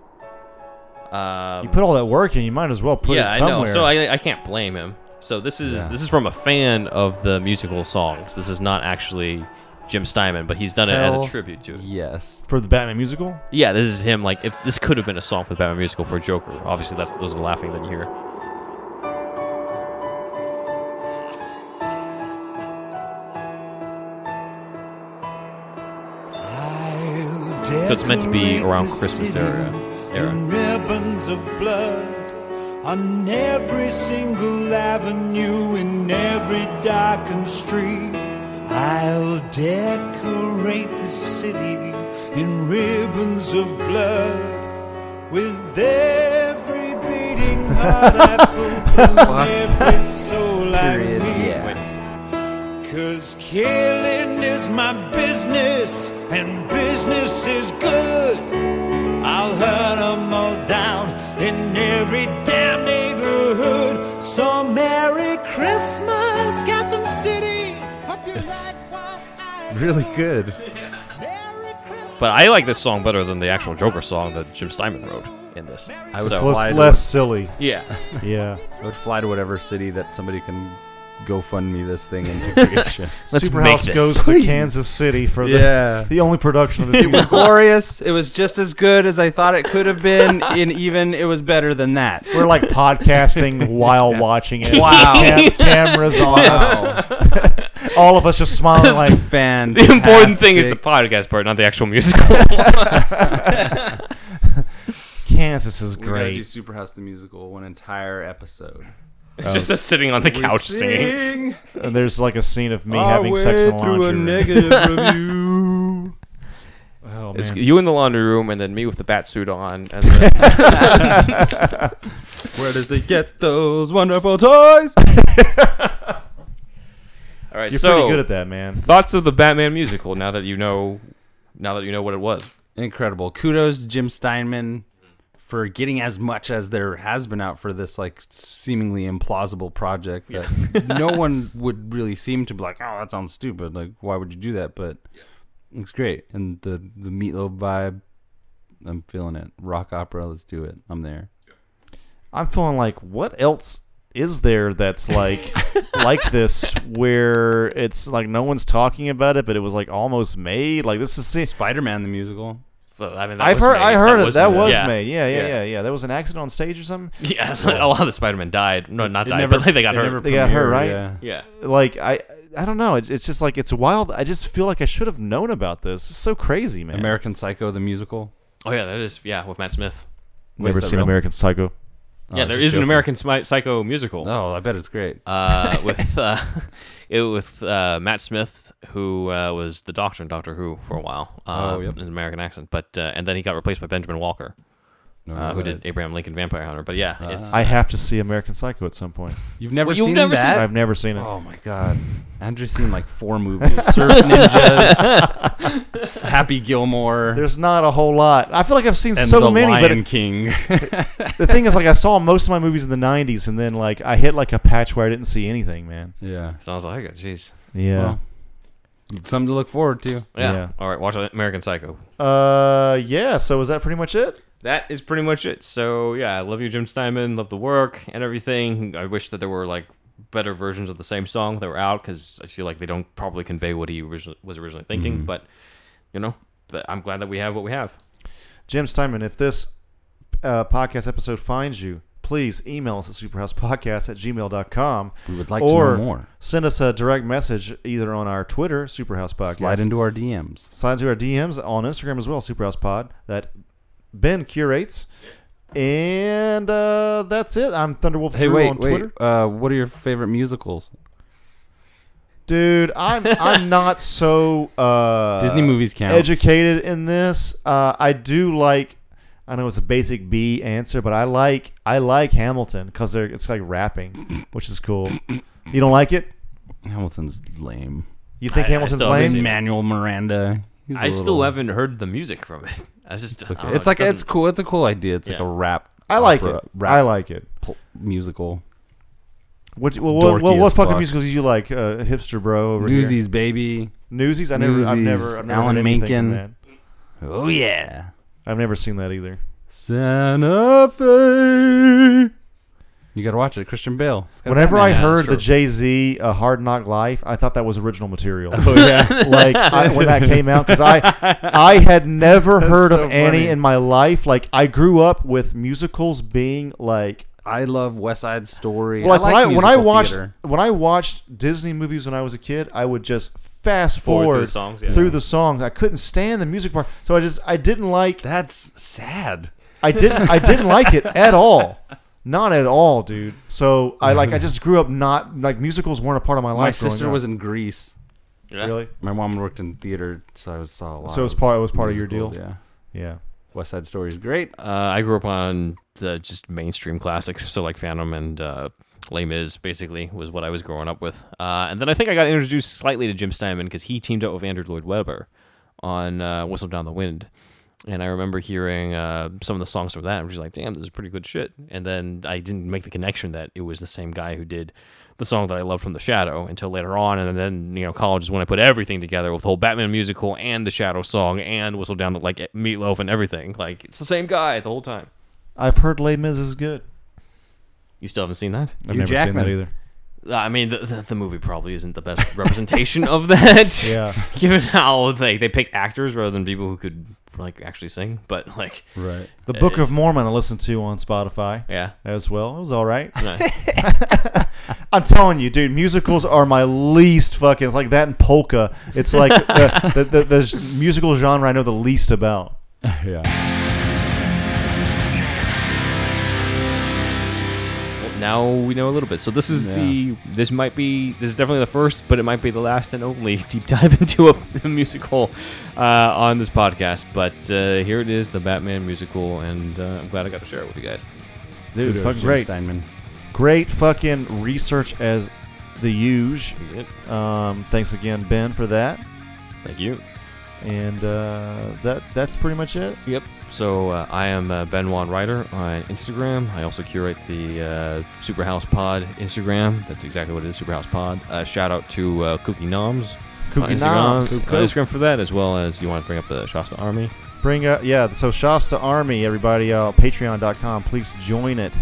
Um,
You put all that work in, you might as well put
yeah,
it
I
somewhere.
know. So I, I can't blame him. So this is this is from a fan of the musical songs. This is not actually Jim Steinman, but he's done it as
Hell
a tribute to it.
Yes.
for the Batman musical?
Yeah, this is him. Like if this could have been a song for the Batman musical for Joker. Obviously, that's those are the laughing that you hear. So it's meant to be around Christmas era. Era.
ribbons of blood on every single avenue in every darkened street. I'll decorate the city in ribbons of blood with every beating heart I pull from every soul I
Period.
meet.
Yeah.
Cause killing is my business, and business is good. I'll hunt 'em all down in every damn neighborhood. So Merry Christmas, Gotham City. Hope you
It's
like what I
Really good.
do. Merry Christmas.
But I like this song better than the actual Joker song that Jim Steinman wrote in this.
I would
It's
fly
less,
to,
less silly.
Yeah.
Yeah.
I would fly to whatever city that somebody can GoFundMe this thing into creation.
Let's make
Superhouse
this.
goes to Kansas City for this.
Yeah.
The only production of this
it was
musical.
glorious. It was just as good as I thought it could have been, and even it was better than that.
We're like podcasting while watching it.
Wow.
Cam- cameras on us. All of us just smiling like,
Fan.
The important thing is the podcast part, not the actual musical.
Kansas is
We're gonna do
great.
Superhouse the musical one entire episode.
It's just us sitting on the couch singing.
And there's like a scene of me
Our
having sex
way
in the
through a
laundry room.
negative review. Oh,
It's
man.
you in the laundry room and then me with the bat suit on. And then
Where does they get those wonderful toys?
All right,
You're
so
pretty good at that, man.
thoughts of the Batman musical now that you know now that you know what it was.
Incredible. Kudos to Jim Steinman for getting as much as there has been out for this like seemingly implausible project that no one would really seem to be like, oh, that sounds stupid. Like, why would you do that? But it's great, and the the meatloaf vibe. I'm feeling it. Rock opera. Let's do it. I'm there.
I'm feeling like what else is there that's like like this where it's like no one's talking about it, but it was like almost made. Like this is see,
Spider Man the musical.
So, I mean, that
I've
was
heard
made.
I heard it. that was
yeah.
made. Yeah, yeah, yeah,
Yeah.
yeah, That was an accident on stage or something.
Yeah, a lot of the Spider-Man died. No, not
It
died,
never-
but like they got
it
hurt.
never
They got hurt,
premiered,
right?
Yeah.
yeah.
Like I I don't know. It's it's just like it's wild. I just feel like I should have known about this. It's so crazy, man.
American Psycho the musical.
Oh yeah, that is yeah with Matt Smith.
Never
that
seen
real?
American Psycho.
Oh,
yeah,
it's
there
just
is an
joking.
American Smi- Psycho musical.
Oh, I bet it's great.
uh, with uh, it with uh, Matt Smith, who uh, was the Doctor in Doctor Who for a while, uh,
Oh, yep.
in an American accent, but uh, and then he got replaced by Benjamin Walker,
No,
uh, who
Oh, that
did
is- Uh.
Abraham Lincoln Vampire Hunter. But yeah, it's,
I have to see American Psycho at some point.
You've never
Well, you've
seen
never seen
that?
I've never seen it.
Oh my god. Andrew's seen like four movies. Surf Ninjas, Happy Gilmore,
There's not a whole lot. I feel like I've seen
and
so
The
many, but
Lion King.
the thing is, like, I saw most of my movies in the '90s, and then like I hit like a patch where I didn't see anything, man.
yeah.
sounds like it. Jeez.
Yeah.
Well, something to look forward to.
Yeah.
Yeah.
All right, watch American Psycho.
uh, yeah. So was that pretty much it?
That is pretty much it. So yeah, I love you, Jim Steinman. Love the work and everything. I wish that there were like better versions of the same song that were out because I feel like they don't probably convey what he originally, was originally thinking.
Mm-hmm.
But you know, th- I'm glad that we have what we have.
Jim Steinman, if this uh, podcast episode finds you, please email us at superhousepodcast at gmail.com.
We would like
or
to know more.
Send us a direct message either on our Twitter, Superhouse Podcast.
Slide into our DMs.
Slide to our DMs on Instagram as well, Superhouse Pod, that Ben curates. And uh, that's it. I'm Thunderwolf
Hey,
Drew
wait,
on
wait.
Twitter.
Uh, what are your favorite musicals?
Dude, I'm I'm not so uh,
Disney movies count.
educated in this. Uh, I do like. I know it's a basic B answer, but I like I like Hamilton because they're it's like rapping, which is cool. You don't like it?
Hamilton's lame.
You think
I- I
Hamilton's
still haven't
lame?
seen it.
Manuel Miranda. He's a
I
little-
still haven't heard the music from it. I just
It's, okay. it's like it's cool. It's a cool idea. It's like
Yeah.
a rap.
I like
opera-
it.
Rap
I like it.
pl- musical.
What well,
dorky
what, what, what
as
fucking
fuck.
musicals do you like, uh, hipster bro? Over here?
Newsies, baby.
Newsies. I never. I've
Newsies,
never. I've never
Alan
heard anything from
Menken.
That.
Oh yeah.
I've never seen that either.
Santa Fe. You gotta watch it, Christian Bale. It's got
Whenever I
Batman in it.
heard the
that's
Jay Z uh, Hard Knock Life, I thought that was original material.
oh yeah,
like I, when that came out because I I had never heard
so
of Annie
funny.
in my life. Like I grew up with musicals being like
I love West Side Story.
like,
I like
when I when I
musical
watched
theater.
when I watched Disney movies when I was a kid, I would just fast
Forward
forward,
through the songs, yeah.
through the songs. I couldn't stand the music part, so I just I didn't like
That's sad.
I didn't I didn't like it at all. Not at all, dude. So I like I just grew up not like musicals weren't a part of my life.
My
growing
sister
up.
was in Greece.
really
My mom worked in theater, so I was saw a lot.
So it was
of
part- it was part of your
musicals,
deal?
Yeah,
yeah.
West Side Story is great.
Uh, I grew up on the just mainstream classics, so like Phantom and uh, Les Mis, basically, was what I was growing up with. Uh, and then I think I got introduced slightly to Jim Steinman because he teamed up with Andrew Lloyd Webber on uh, Whistle Down the Wind. And I remember hearing uh, some of the songs from that, and I was like, damn, this is pretty good shit. And then I didn't make the connection that it was the same guy who did the song that I loved from The Shadow until later on. And then, you know, college is when I put everything together with the whole Batman musical and the Shadow song and Whistle Down the, like, Meatloaf and everything. Like, it's the same guy the whole time.
I've heard Les Mis is good.
You still haven't seen that?
I've
Hugh
never
Jackman.
seen that either.
Uh, I mean, the, the, the movie probably isn't the best representation of that.
Yeah.
Given how they, they picked actors rather than people who could, like, actually sing. But, like,
Right.
The Book
It's-
of Mormon I listened to on Spotify
yeah.
as well. It was all right.
No.
I'm telling you, dude, musicals are my least fucking. It's like that and polka. It's like the, the, the, the musical genre I know the least about.
Yeah.
now we know a little bit. So this is
Yeah.
the this might be this is definitely the first, but it might be the last and only deep dive into a, musical uh, on this podcast. But uh, here it is, the Batman musical, and uh, I'm glad I got to share it with you guys.
Dude,
Kudos,
fucking
Jim
great.
Steinman.
Great fucking research as the huge. Um, thanks again, Ben, for that.
Thank you.
And uh, that that's pretty much it.
Yep. So uh, I am uh, Ben Juan Ryder on Instagram. I also curate the uh, Superhouse Pod Instagram. That's exactly what it is, Superhouse Pod. Uh, shout out to uh, Cookie Noms. on
Kooky
Instagram,
Noms.
on Instagram for that, as well as you want to bring up the Shasta Army.
Bring up, yeah. So Shasta Army, everybody, uh, Patreon.com. Please join it.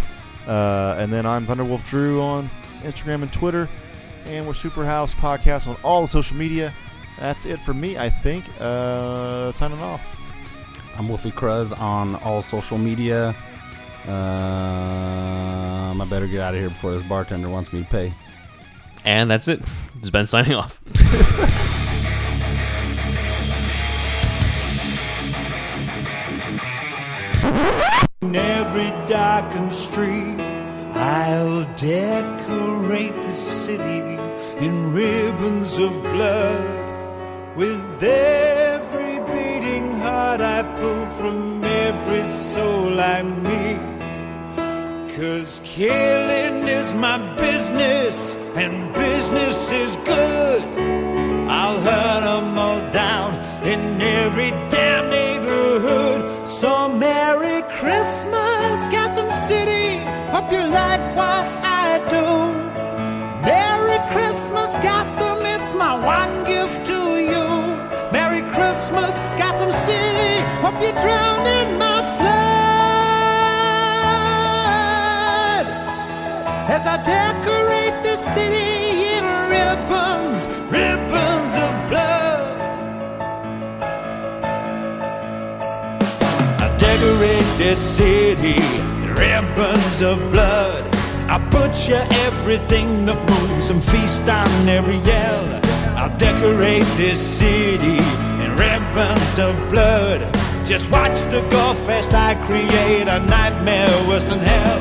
Uh, and then I'm Thunderwolf Drew on Instagram and Twitter, and we're Superhouse Podcast on all the social media. That's it for me, I think. Uh, signing off.
I'm Wolfie Cruz on all social media. Um, I better get out of here before this bartender wants me to pay.
And that's it. This is Ben signing off.
In every darkened street, I'll decorate the city in ribbons of blood. With every beating heart I pull from every soul I meet. Cause killing is my business, and business is good. I'll hurt 'em all down in every damn neighborhood. So Merry Christmas, Gotham City. Hope you like what I do. Merry Christmas, Gotham. It's my one gift to you. Merry Christmas, Gotham City. Hope you drown in my flood as I decorate the city in ribbons, ribbons of blood. I decorate this city in ribbons of blood. I butcher everything that moves and feast on every yell. I'll decorate this city in ribbons of blood. Just watch the gore fest I create, a nightmare worse than hell.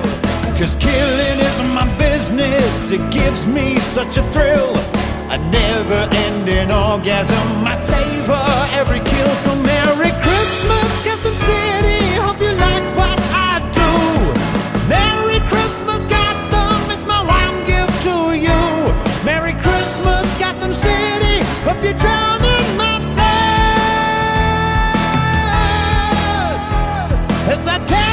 Cause killing is my business, it gives me such a thrill. A never ending orgasm, I savor every kill. So Merry Christmas, Gotham City, hope you like what I do. Merry Christmas, Gotham, it's my one gift to you. Merry Christmas, Gotham City, hope you drown in my flood. As I tear